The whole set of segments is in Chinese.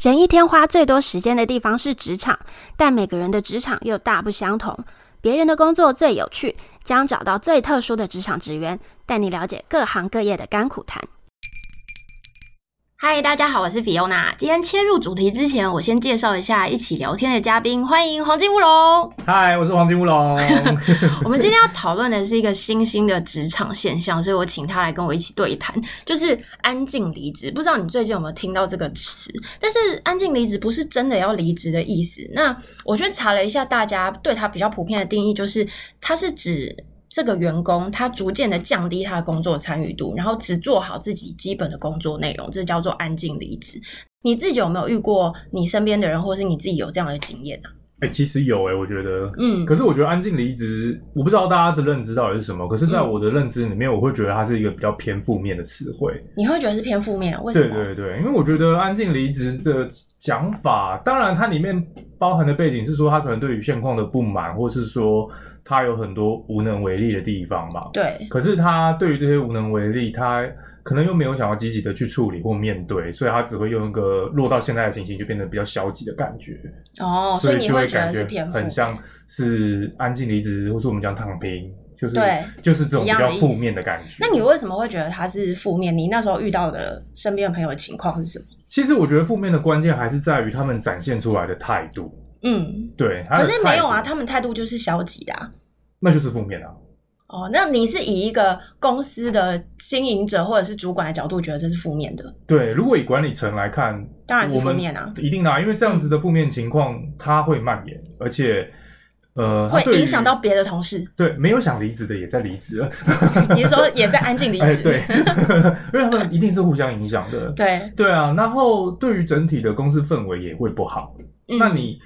人一天花最多时间的地方是职场，但每个人的职场又大不相同。别人的工作最有趣，将找到最特殊的职场职员，带你了解各行各业的甘苦谈。嗨，大家好，我是 Fiona。今天切入主题之前，我先介绍一下一起聊天的嘉宾，欢迎黄金乌龙。嗨，我是黄金乌龙。 我们今天要讨论的是一个新兴的职场现象，所以我请他来跟我一起对谈，就是安静离职。不知道你最近有没有听到这个词？但是安静离职不是真的要离职的意思。那我去查了一下，大家对它比较普遍的定义就是，它是指。这个员工他逐渐的降低他的工作参与度，然后只做好自己基本的工作内容，这叫做安静离职。你自己有没有遇过你身边的人，或是你自己有这样的经验啊？ 哎、其实有哎、我觉得，嗯可是我觉得安静离职，我不知道大家的认知到底是什么。可是，在嗯我的认知里面，我会觉得它是一个比较偏负面的词汇。你会觉得是偏负面啊，为什对么？对对，因为我觉得安静离职的讲法，当然它里面包含的背景是说，他可能对于现况的不满，或是说他有很多无能为力的地方嘛。对可是他对于这些无能为力，他可能又没有想要积极的去处理或面对，所以他只会用一个落到现在的情形，就变得比较消极的感觉。哦，所以你就会会觉得感是觉偏负面，很像是安静离职，或是我们讲躺平，就是对就是这种比一样较的意思负面的感觉。那你为什么会觉得它是负面？你那时候遇到的身边的朋友的情况是什么？其实我觉得负面的关键还是在于他们展现出来的态度，嗯，对，他可的是没有啊，态度他们态度就是消极的、啊。那就是负面啊。哦，那你是以一个公司的经营者或者是主管的角度，觉得这是负面的？对，如果以管理层来看，当然是我们负面啊一定的、啊，因为这样子的负面情况它会蔓延，而且呃，它会对于影响到别的同事。 对没有想离职的也在离职了，你是说也在安静离职？哎，对， 因为他们一定是互相影响的，对对啊，然后对于整体的公司氛围也会不好。嗯那你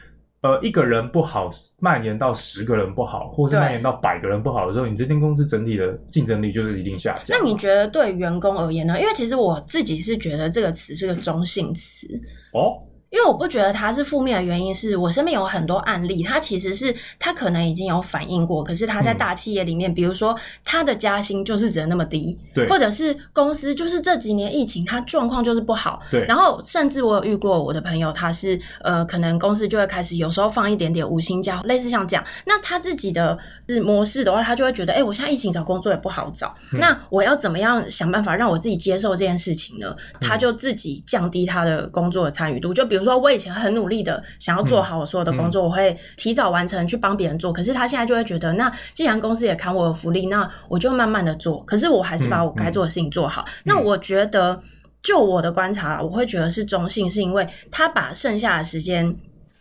呃一个人不好，蔓延到十个人不好，或是对蔓延到百个人不好的时候，你这间公司整体的竞争力就是一定下降那嘛。你觉得对员工而言呢？因为其实我自己是觉得这个词是个中性词，哦，因为我不觉得它是负面的原因，是我身边有很多案例，它其实是他可能已经有反映过，可是他在嗯大企业里面，比如说他的加薪就是只能那么低，对或者是公司就是这几年疫情，他状况就是不好，对然后甚至我有遇过我的朋友，他是呃，可能公司就会开始有时候放一点点无薪假，类似像这样。那他自己的是模式的话，他就会觉得，哎、我现在疫情找工作也不好找，嗯那我要怎么样想办法让我自己接受这件事情呢？他就自己降低他的工作的参与度。就比如说，我以前很努力的想要做好我所有的工作，我会提早完成去帮别人做，可是他现在就会觉得，那既然公司也砍我的福利，那我就慢慢的做，可是我还是把我嗯该做的事情做好。那我觉得，就我的观察，我会觉得是中性，是因为他把剩下的时间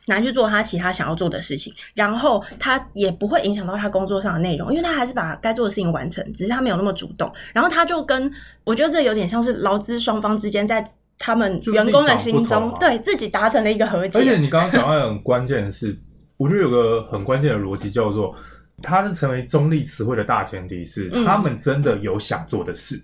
拿去做他其他想要做的事情，然后他也不会影响到他工作上的内容，因为他还是把该做的事情完成，只是他没有那么主动。然后他就跟我觉得这有点像是劳资双方之间在他们就是员工的心立场不中，同啊对自己达成了一个和而且解。你刚刚讲到很关键的是，我觉得有个很关键的逻辑叫做。它是成为中立词汇的大前提是，嗯他们真的有想做的事，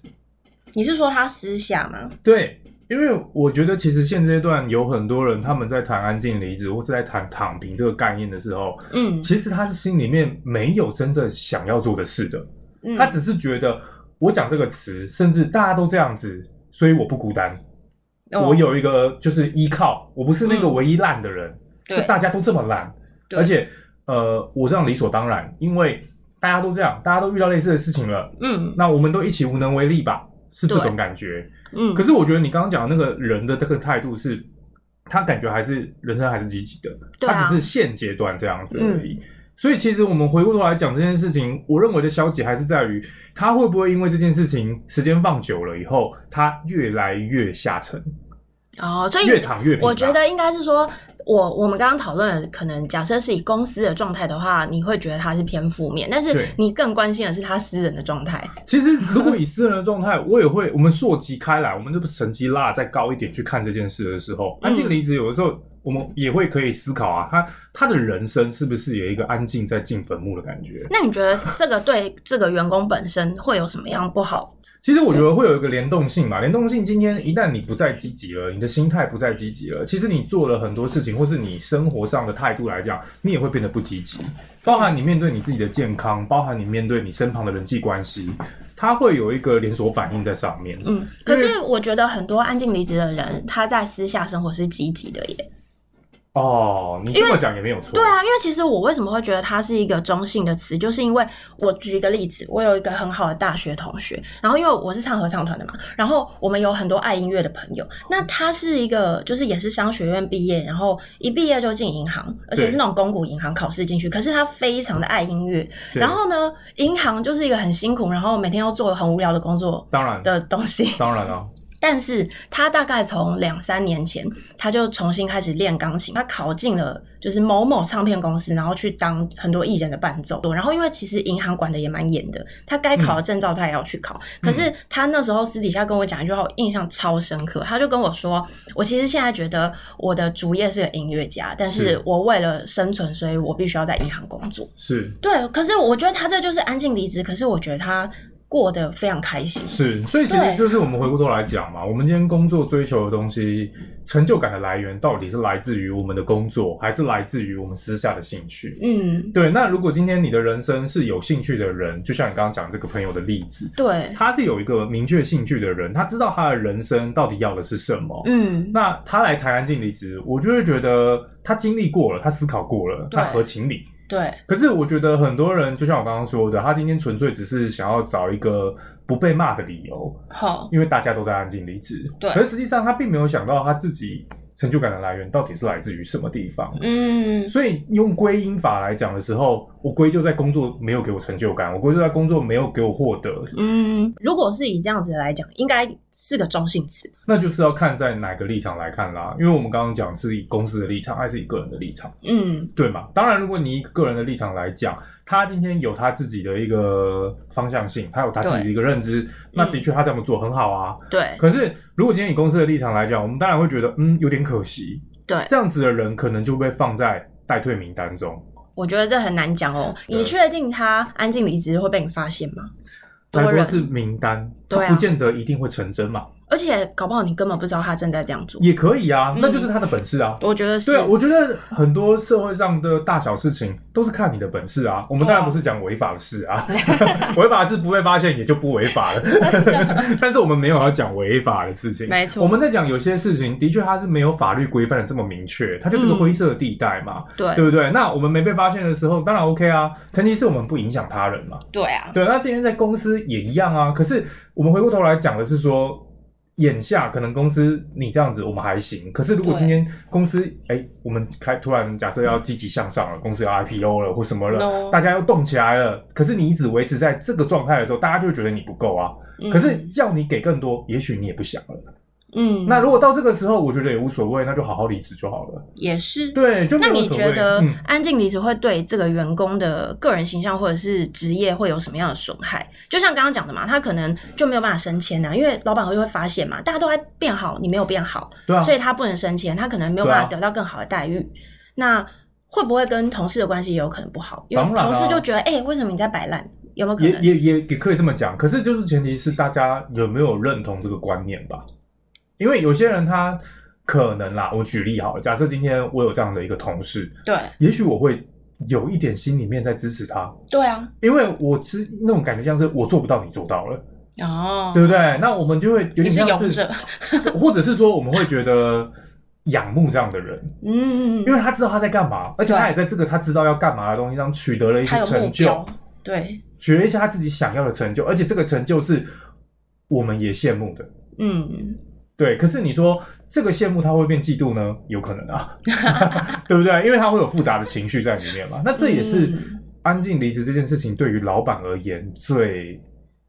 你是说他私下吗？对，因为我觉得其实现阶段有很多人他们在谈安静离职或是在谈躺平这个概念的时候，嗯，其实他是心里面没有真正想要做的事的，嗯他只是觉得我讲这个词，甚至大家都这样子，所以我不孤单，我、哦有一个就是依靠，我不是那个嗯唯一烂的人，对是大家都这么烂，对而且呃，我这样理所当然，因为大家都这样，大家都遇到类似的事情了，嗯那我们都一起无能为力吧，是这对种感觉。嗯，可是我觉得你刚刚讲的那个人的这个态度是，他感觉还是人生还是积极的，对啊嗯他只是现阶段这样子而已。所以其实我们回过头来讲这件事情，我认为的消极还是在于他会不会因为这件事情时间放久了以后，他越来越下沉，哦，所以越躺越平吧。啊我觉得应该是说，我我们刚刚讨论的，可能假设是以公司的状态的话，你会觉得它是偏负面，但是对你更关心的是他私人的状态。其实，如果以私人的状态，我也会，我们溯及开来，我们这个成绩拉得再高一点去看这件事的时候，嗯安静离职有的时候，我们也会可以思考啊，他他的人生是不是有一个安静在进坟墓的感觉？那你觉得这个对 这个员工本身会有什么样不好？其实我觉得会有一个联动性嘛，联动性今天一旦你不再积极了，你的心态不再积极了，其实你做了很多事情，或是你生活上的态度来讲，你也会变得不积极，包含你面对你自己的健康，包含你面对你身旁的人际关系，它会有一个连锁反应在上面。嗯，可是我觉得很多安静离职的人，他在私下生活是积极的耶。哦，你这么讲也没有错。对啊，因为其实我为什么会觉得它是一个中性的词，就是因为我举一个例子，我有一个很好的大学同学，然后因为我是唱合唱团的嘛，然后我们有很多爱音乐的朋友，那他是一个就是也是商学院毕业，然后一毕业就进银行，而且是那种公股银行考试进去，可是他非常的爱音乐，对然后呢，银行就是一个很辛苦，然后每天要做很无聊的工作当然，的东西，当然啊，但是他大概从两三年前，他就重新开始练钢琴。他考进了就是某某唱片公司，然后去当很多艺人的伴奏。然后因为其实银行管的也蛮严的，他该考的证照他也要去考。可是他那时候私底下跟我讲一句话，我印象超深刻。他就跟我说：“我其实现在觉得我的主业是个音乐家，但是是我为了生存，所以我必须要在银行工作。”是对，可是我觉得他这就是安静离职。可是我觉得他过得非常开心。是，所以其实对就是我们回过头来讲嘛，我们今天工作追求的东西，成就感的来源到底是来自于我们的工作，还是来自于我们私下的兴趣？嗯，对，那如果今天你的人生是有兴趣的人，就像你刚刚讲这个朋友的例子，对，他是有一个明确兴趣的人，他知道他的人生到底要的是什么。嗯。那他来台湾进离职，我就会觉得他经历过了，他思考过了，对那合情理。对，可是我觉得很多人，就像我刚刚说的，他今天纯粹只是想要找一个不被骂的理由，好，因为大家都在安静离职。对可是实际上他并没有想到他自己成就感的来源到底是来自于什么地方。嗯，所以用归因法来讲的时候，我归咎在工作没有给我成就感，我归咎在工作没有给我获得，嗯，如果是以这样子来讲，应该是个中性词。那就是要看在哪个立场来看啦。因为我们刚刚讲是以公司的立场还是以个人的立场，嗯，对嘛？当然，如果你以个人的立场来讲，他今天有他自己的一个方向性，他有他自己的一个认知，那的确他这么做很好啊。对，可是，如果今天以公司的立场来讲，我们当然会觉得，嗯，有点可惜。对这样子的人可能就被放在待退名单中。我觉得这很难讲哦。对你确定他安静离职会被你发现吗？多来说人是名单，对啊它不见得一定会成真嘛，而且搞不好你根本不知道他正在这样做。也可以啊，嗯那就是他的本事啊。我觉得是，对啊，我觉得很多社会上的大小事情都是看你的本事啊。我们当然不是讲违法的事啊， 违法的事不被发现也就不违 法了。但是我们没有要讲违法的事情，没错我们在讲有些事情的确它是没有法律规范的这么明确，它就是个嗯灰色地带嘛，对对，不对？那我们没被发现的时候，当然 OK 啊，前提是我们不影响他人嘛。对啊，对，那今天在公司也一样啊。可是我们回过头来讲的是说，眼下可能公司你这样子我们还行，可是如果对今天公司哎，我们开突然假设要积极向上了，公司要 IPO 了或什么了 No 大家又动起来了，可是你一直维持在这个状态的时候，大家就会觉得你不够啊。嗯可是，叫你给更多，也许你也不想了。嗯，那如果到这个时候，我觉得也无所谓，那就好好离职就好了。也是。对，就没那有你所觉谓得嗯安静离职会对这个员工的个人形象或者是职业会有什么样的损害？就像刚刚讲的嘛，他可能就没有办法升迁啊，因为老板会会发现嘛，大家都在变好，你没有变好，对啊，所以他不能升迁，他可能没有对啊办法得到更好的待遇。那会不会跟同事的关系也有可能不好？因为当然啊同事就觉得，哎、为什么你在摆烂？有没有可也能？也也也可以这么讲，可是就是前提是大家有没有认同这个观念吧？因为有些人他可能啦，我举例好了，假设今天我有这样的一个同事，对也许我会有一点心里面在支持他，对啊，因为我是那种感觉像是我做不到，你做到了，哦，对不对？那我们就会你有点是像勇是者，，或者是说我们会觉得仰慕这样的人，嗯，因为他知道他在干嘛，而且他对也在这个他知道要干嘛的东西上取得了一些他有目成就标。，对，取了一些他自己想要的成就，而且这个成就是我们也羡慕的。嗯，对，可是你说这个羡慕他会变嫉妒呢？有可能 啊，对不对？因为他会有复杂的情绪在里面嘛。那这也是嗯安静离职这件事情对于老板而言最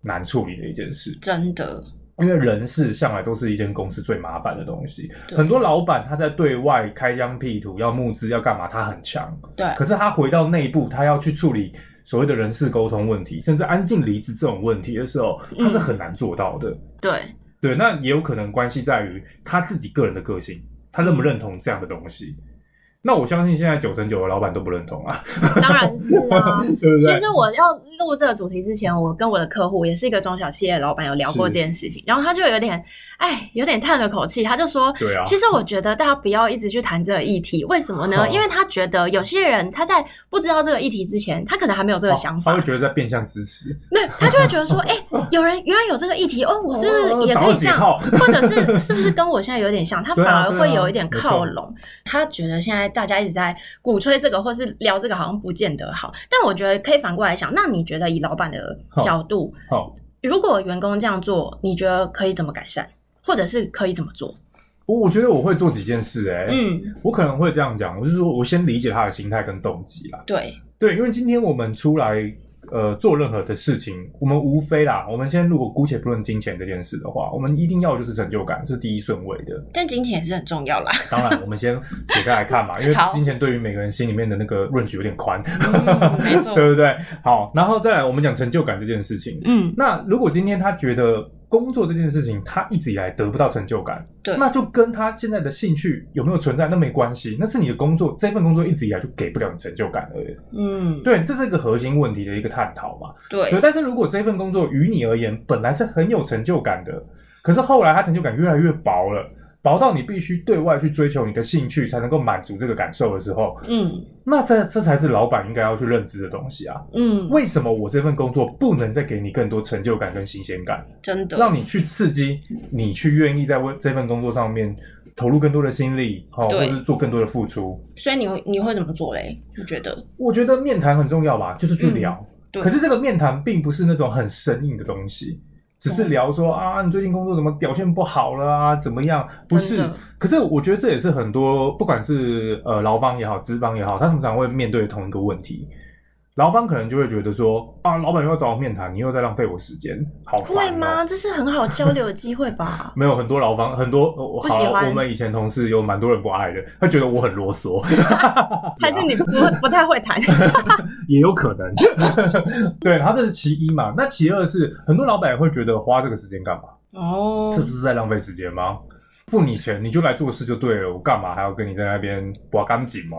难处理的一件事，真的，因为人事向来都是一间公司最麻烦的东西。对很多老板他在对外开疆辟土，要募资要干嘛，他很强，对，可是他回到内部，他要去处理所谓的人事沟通问题，甚至安静离职这种问题的时候，嗯他是很难做到的。 对，对，那嗯也有可能关系在于他自己个人的个性，他认不认同这样的东西。那我相信现在九成九的老板都不认同 啊，当然是啊。 对不其对？实我要录这个主题之前，我跟我的客户也是一个中小企业的老板有聊过是这件事情，然后他就有点，哎，有点叹了口气，他就说，对啊其实我觉得大家不要一直去谈这个议题，为什么呢？好因为他觉得有些人他在不知道这个议题之前，他可能还没有这个想法他会，觉得在变相支持，那他就会觉得 说，哎、有人原来有这个议题，哦，我是不是也可以这样？哦 或者是是不是跟我现在有点 像？他对反啊而对啊会有一点没错靠拢。他觉得现在大家一直在鼓吹这个，或是聊这个，好像不见得好。但我觉得可以反过来想，那你觉得以老板的好角度，好，如果员工这样做，你觉得可以怎么改善，或者是可以怎么做？我我觉得我会做几件事、哎、嗯，我可能会这样讲，我就是说我先理解他的心态跟动机啦。对，对，因为今天我们出来呃做任何的事情，我们无非啦，我们先如果姑且不论金钱这件事的话，我们一定要就是成就感是第一顺位的。但金钱也是很重要 啦。当然，我们先撇开来看 嘛，因为好金钱对于每个人心里面的那个润 a 有点宽，嗯没错对不对？好，然后再来我们讲成就感这件事情。嗯，那如果今天他觉得工作这件事情他一直以来得不到成就感，对那就跟他现在的兴趣有没有存在那没关系，那是你的工作，这份工作一直以来就给不了你成就感而已。嗯，对，这是一个核心问题的一个探讨嘛。对，对，但是如果这份工作于你而言本来是很有成就感的，可是后来它成就感越来越薄了，薄到你必须对外去追求你的兴趣才能够满足这个感受的时候，嗯那这这才是老板应该要去认知的东西啊。嗯，为什么我这份工作不能再给你更多成就感跟新鲜感，真的，让你去刺激你去愿意在为这份工作上面投入更多的心力，哦，或对是做更多的付出？所以你会你会怎么做嘞？你觉得？我觉得面谈很重要吧，就是去聊。嗯对可是这个面谈并不是那种很生硬的东西，只是聊说、啊，你最近工作怎么表现不好了啊，怎么样？不真是的。可是我觉得这也是很多不管是呃劳方也好，资方也好，他通常会面对同一个问题。劳方可能就会觉得说啊，老板又要找我面谈，你又在浪费我时间，好烦、哦。？会吗？这是很好交流的机会吧 没有很多劳方，很多呃我不喜好欢我们以前同事有蛮多人不爱的，他觉得我很啰嗦。还是你不不太会谈？也有可能。 对，然后这是其一嘛。那其二是很多老板也会觉得花这个时间干嘛？ 哦这不是在浪费时间吗？付你钱你就来做事就对了，我干嘛还要跟你在那边挖干净吗？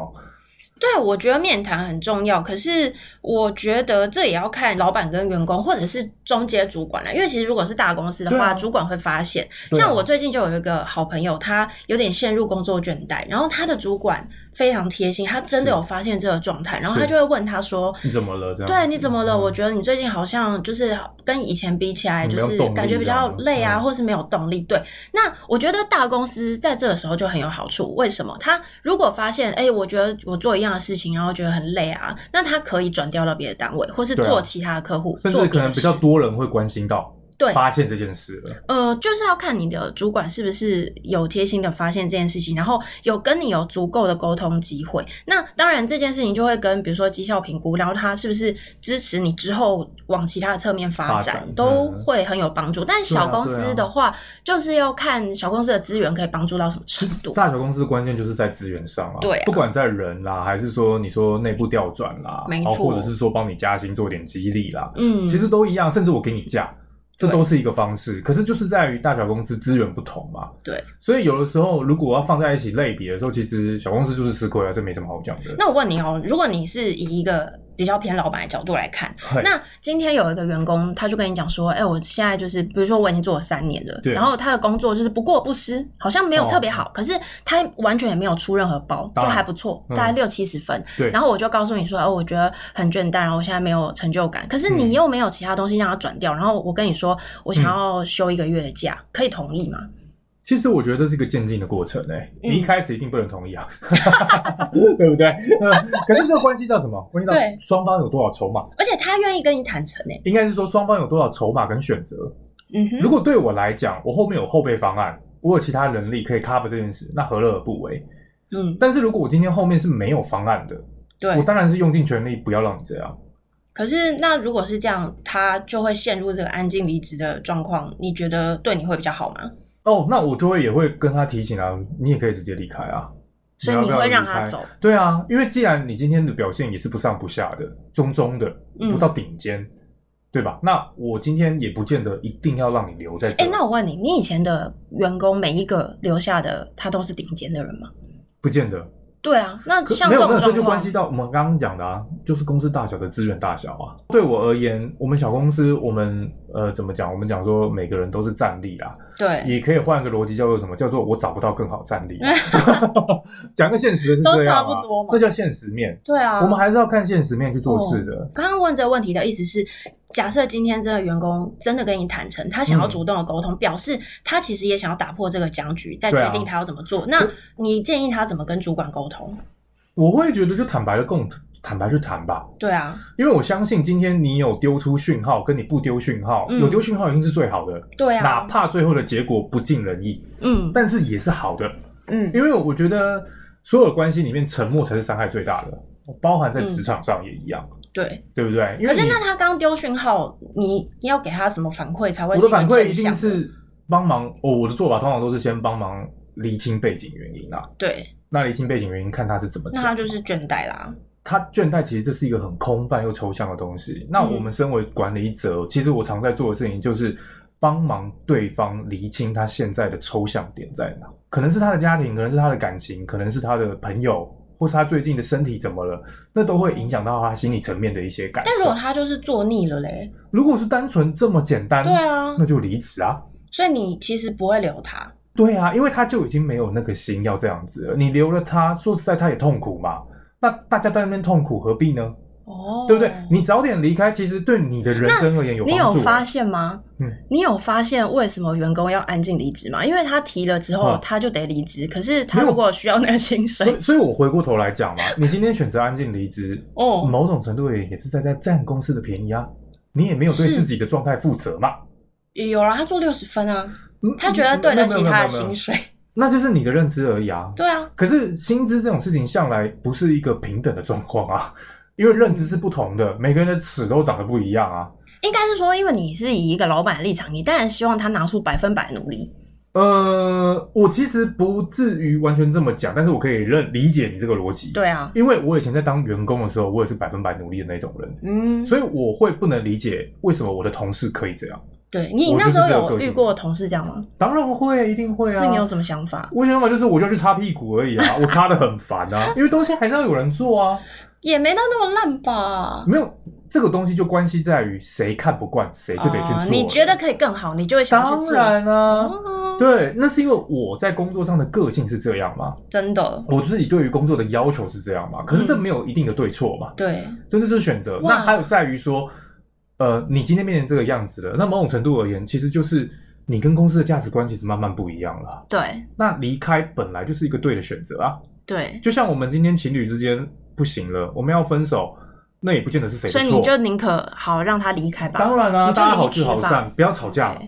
对，我觉得面谈很重要，可是我觉得这也要看老板跟员工，或者是中阶主管啊啦。因为其实如果是大公司的对话，啊主管会发现。对啊像我最近就有一个好朋友，他有点陷入工作倦怠，然后他的主管非常贴心，他真的是有发现这个状态，然后是他就会问他说。你怎么了？这样对，你怎么了？嗯我觉得你最近好像就是跟以前比起来，嗯就没有是动力感觉比这较样累啊，嗯或是没有动力。对，那我觉得大公司在这个时候就很有好处。为什么？他如果发现，哎，我觉得我做一样的事情，然后觉得很累啊，那他可以转调到别的单位，或是对啊做其他的客户，甚做至别可能的比事。较多人会关心到，对发现这件事了。呃，就是要看你的主管是不是有贴心的发现这件事情，然后有跟你有足够的沟通机会。那当然，这件事情就会跟比如说绩效评估，然后他是不是支持你之后往其他的侧面发发展，啊展都嗯会很有帮助。但小公司的话，就是要看小公司的资源可以帮助到什么程度。大小公司关键就是在资源上啊，对啊不管在人啦，还是说你说内部调转啦，没然后错或者是说帮你加薪做点激励啦，嗯，其实都一样，甚至我给你假，这对都是一个方式。可是就是在于大小公司资源不同嘛，对。所以有的时候如果要放在一起类比的时候，其实小公司就是吃亏啊，这没什么好讲的。那我问你哦，如果你是以一个比较偏老板的角度来看，嘿那今天有一个员工，他就跟你讲说，哎、我现在就是，比如说我已经做了三年了，对哦然后他的工作就是不过不失，好像没有特别好，可是他完全也没有出任何包，就当然还不错，嗯大概六七十分。对然后我就告诉你说，哦，我觉得很倦怠，然后我现在没有成就感，可是你嗯又没有其他东西让他转掉，然后我跟你说，我想要休一个月的假，可以同意吗？其实我觉得这是一个渐进的过程诶、欸嗯你一开始一定不能同意啊， 对不对？ 嗯可是这个关系到什么？关系到对双方有多少筹码，而且他愿意跟你坦诚诶、应该是说双方有多少筹码跟选择。嗯哼，如果对我来讲，我后面有后备方案，我有其他能力可以 cover 这件事，那何乐而不为？嗯，但是如果我今天后面是没有方案的，对我。当然是用尽全力不要让你这样。可是，那如果是这样，他就会陷入这个安静离职的状况。你觉得对你会比较好吗？哦，那我就会也会跟他提醒啊，你也可以直接离开啊。所以要你不要会让离他开走？对啊，因为既然你今天的表现也是不上不下的，中中的，嗯不到顶尖，对吧？那我今天也不见得一定要让你留在这。哎、那我问你，你以前的员工每一个留下的，他都是顶尖的人吗？不见得，对啊，那可像没这有没种有，这状就关况，系到我们刚刚讲的啊，就是公司大小的资源大小啊。对我而言，我们小公司，我们呃怎么讲？我们讲说每个人都是战力啊，对，也可以换个逻辑叫做什么？叫做我找不到更好 战力 啊。讲个现实的是这样、啊、都差不多嘛那叫现实面。对啊，哦我们还是要看现实面去做事的。刚刚问这个问题的意思是，假设今天这个员工真的跟你坦诚，他嗯想要主动的沟通，表示他其实也想要打破这个僵局，再对啊决定他要怎么做。那你建议他怎么跟主管沟通？我会觉得就坦白的共坦白去谈吧，对啊，因为我相信今天你有丢出讯号，跟你不丢讯号，嗯有丢讯号一定是最好的，对啊，哪怕最后的结果不尽人意，嗯但是也是好的。嗯，因为我觉得所有的关系里面，沉默才是伤害最大的，包含在职场上也一样，对。对不对？嗯因可为是你那他刚丢讯号，你你要给他什么反馈才会我是的一个反馈正一定向是帮忙哦，我的做法通常都是先帮忙厘清背景原因啊。对，那厘清背景原因，看他是怎么那他讲。就是倦怠啦。他倦怠其实这是一个很空泛又抽象的东西。那嗯我们身为管理者，其实我常在做的事情就是帮忙对方厘清他现在的抽象点在哪，可能是他的家庭，可能是他的感情，可能是他的朋友，或是他最近的身体怎么了，那都会影响到他心理层面的一些感但如受果。他就是做腻了嘞，如果是单纯这么简单，对啊嗯那，就离职啊。所以你其实不会留他。对啊，因为他就已经没有那个心要这样子了。你留了他，说实在他也痛苦嘛。那大家在那边痛苦，何必呢？哦对不对？你早点离开，其实对你的人生而言有帮你助。啊有发现吗？嗯你有发现为什么员工要安静离职吗？因为他提了之后，嗯他就得离职。可是他没有如果需要那个薪所水以，，所以我回过头 来讲嘛，你今天选择安静离职，哦，某种程度也也是在在占公司的便宜啊。你也没有对是自己的状态负责嘛。有啦，他做六十分啊，嗯他觉得对得起他的，没有没有没有没薪有水。那就是你的认知而已啊。对啊，可是薪资这种事情向来不是一个平等的状况啊，因为认知是不同的，每个人的尺都长得不一样啊。应该是说，因为你是以一个老板的立场，你当然希望他拿出百分百努力。呃，我其实不至于完全这么讲，但是我可以认理解你这个逻辑。，对啊，因为我以前在当员工的时候，我也是百分百努力的那种人，嗯，所以我会不能理解为什么我的同事可以这样。对你你我就那是时候这个有个性遇过同事这样吗？当然会，一定会啊。那你有什么想法？我想法就是，我就去擦屁股而已啊，我擦的很烦啊，因为东西还是要有人做啊。也没到那么烂吧？没有这个东西，就关系在于谁看不惯谁就得去做了、啊你觉得可以更好，你就会想要去当做。然啊，哦对，那是因为我在工作上的个性是这样嘛，真的，我自己对于工作的要求是这样嘛。可是这没有一定的对错嘛，对，对，这就是选择。嗯哇那还有在于说，呃，你今天变成这个样子了，那某种程度而言，其实就是你跟公司的价值观其实慢慢不一样了。对，那离开本来就是一个对的选择啊，对。就像我们今天情侣之间不行了，我们要分手，那也不见得是谁所的以你错。就宁可好让他离开吧。当然啦、啊你就大家好离职聚好吧散，不要吵架嘛。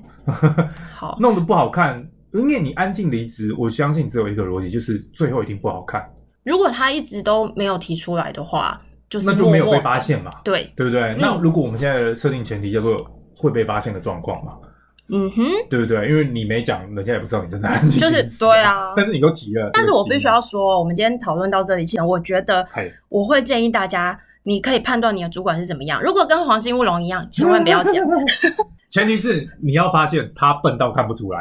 好， 弄得不好看，因为你安静离职，我相信只有一个逻辑，就是最后一定不好看，如果他一直都没有提出来的话，就是那就没有默默被地发。现嘛，对，对不对？嗯那如果我们现在的设定前提叫做会被发现的状况嘛，嗯哼，对不对？因为你没讲，人家也不知道你正在安静就离职、是对啊。但是你都提了，但是我必须要有说，我们今天讨论到这里前，我觉得心嘿，我会建议大家，你可以判断你的主管是怎么样。如果跟黄金乌龙一样，千万不要讲。 前提是你要发现他笨到看不出来，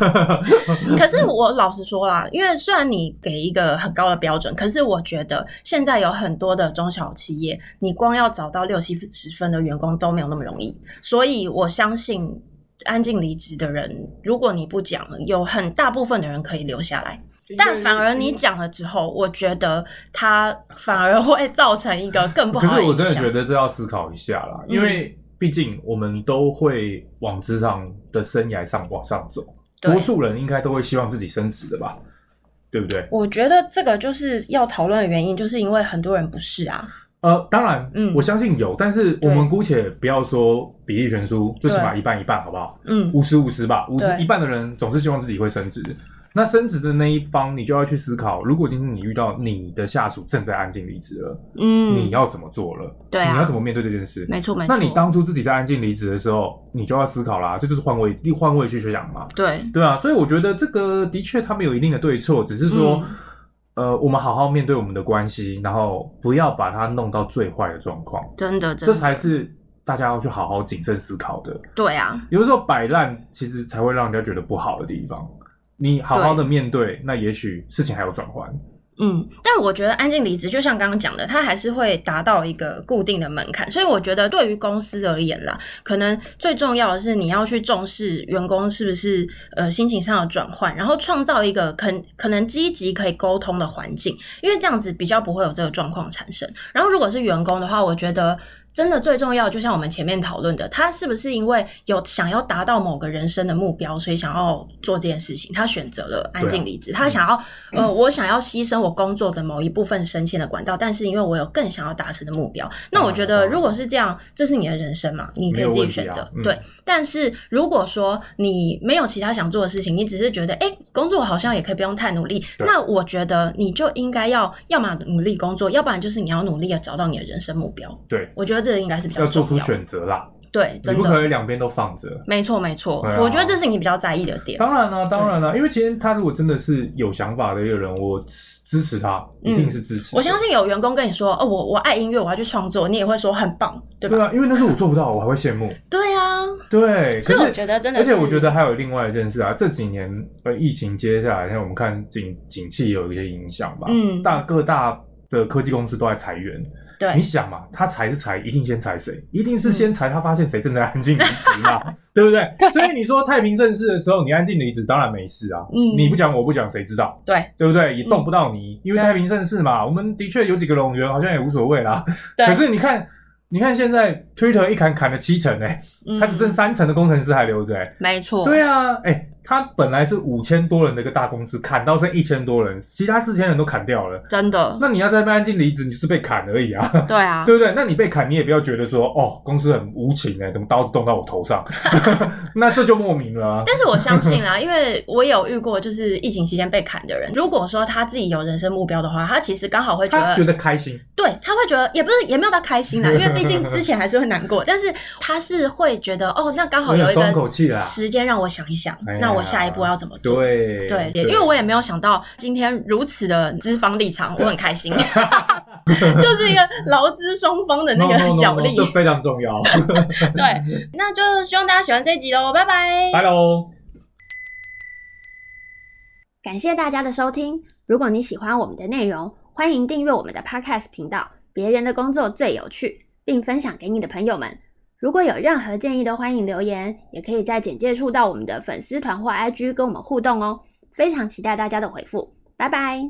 可是我老实说啦，因为虽然你给一个很高的标准，可是我觉得现在有很多的中小企业，你光要找到六七十分的员工都没有那么容易，所以我相信安静离职的人，如果你不讲，有很大部分的人可以留下来。 但反而嗯你讲了之后，我觉得他反而会造成一个更不 可好是我影真的响觉。得这要思考一下啦，嗯因为毕竟我们都会往职场的生涯上往上走，对多数人应该都会希望自己升职的吧，对不对？我觉得这个就是要讨论的原因，就是因为很多人不是啊，呃，当然，嗯我相信有，但是我对们姑且不要说比例悬殊，最起码对一半一半，好不好？嗯，五十五十吧，五十对一半的人总是希望自己会升职。那升职的那一方，你就要去思考，如果今天你遇到你的下属正在安静离职了，嗯，你要怎么做了？对啊你要怎么面对这件事？没错没错，那你当初自己在安静离职的时候，你就要思考啦，这就是换位换位去想嘛，对对啊，所以我觉得这个的确他们有一定的对错，只是说，嗯呃，我们好好面对我们的关系，然后不要把它弄到最坏的状况，真的真这的才是大家要去好好谨慎思考的。对啊，有的时候摆烂其实才会让人家觉得不好的地方，你好好的面对，那也许事情还有转换。嗯，但我觉得安静离职，就像刚刚讲的，它还是会达到一个固定的门槛，所以我觉得对于公司而言啦，可能最重要的是你要去重视员工是不是呃心情上的转换，然后创造一个肯可能积极可以沟通的环境，因为这样子比较不会有这个状况产生。然后如果是员工的话，我觉得。真的最重要，就像我们前面讨论的，他是不是因为有想要达到某个人生的目标，所以想要做这件事情？他选择了安静离职，他想要、呃，我想要牺牲我工作的某一部分升迁的管道，但是因为我有更想要达成的目标，那我觉得如果是这样，这是你的人生嘛，你可以自己选择。没有问题啊嗯对，但是如果说你没有其他想做的事情，你只是觉得哎、诶工作好像也可以不用太努力，对那我觉得你就应该要要么努力工作，要不然就是你要努力的找到你的人生目标。对，我觉得这个应该是比较要做重出选择啦，对，你真不的可以两边都放着。没错没错，对啊我觉得这是你比较在意的点。当然啦、啊当然啦、因为其实他如果真的是有想法的一个人，我支持他，一定是支持嗯的、我相信有员工跟你说哦，我我爱音乐，我要去创作，你也会说很棒，对吧？对啊，因为那是我做不到，我还会羡慕。对啊，对，可所以是我觉得真的而是，且我觉得还有另外一件事啊，这几年呃疫情接下来，像我们看景景气有一些影响吧，嗯大各大的科技公司都在裁员。你对嗯想嘛，他裁是裁，一定先裁谁？一定是先裁他发现谁正在安静离 职嘛，对不对？所以你说太平盛世的时候，你安静离职当然没事啊，嗯你不讲我不讲，谁知道？对对不对？也动不到你，因为对太平盛世嘛，我们的确有几个冗员，好像也无所谓啦。可是你看，你看现在 Twitter 一砍砍了七成哎、嗯他只剩三成的工程师还留着哎、没错，对啊，哎、他本来是五千多人的一个大公司，砍到剩一千多人，其他四千人都砍掉了。真的，那你要在那边安静离职，你就是被砍而已啊，对啊，对不对？那你被砍，你也不要觉得说，哦，公司很无情哎、怎么刀子动到我 头上？那这就莫名了啊。但是我相信啦，因 为我有遇过，就是疫情期间被砍的人。如果说他自己有人生目标的话，他其实刚好会觉他得，觉得开心，对，他会觉得也不是也没有到开心 啦，因为毕竟之前还是会难过。但是他是会觉得，哦，那刚好有有一松口个气啦。啊时间让我想一想哎呀，那我下一步要怎么做？对对，因为我也没有想到今天如此的资方立 场，我很开心， 就是一个劳资双方的那 No, no, no, 个 no, 角力。这非常 重要。 对，那就希望大家喜欢这一集喽，拜拜。拜喽。感谢大家的收听。如果你喜欢我们的内容，欢迎订阅我们的 Podcast 频道《别人的工作最有趣》，并分享给你的朋友们。如果有任何建议，都欢迎留言，也可以在简介处到我们的粉丝团或 IG 跟我们互动哦。非常期待大家的回复，拜拜。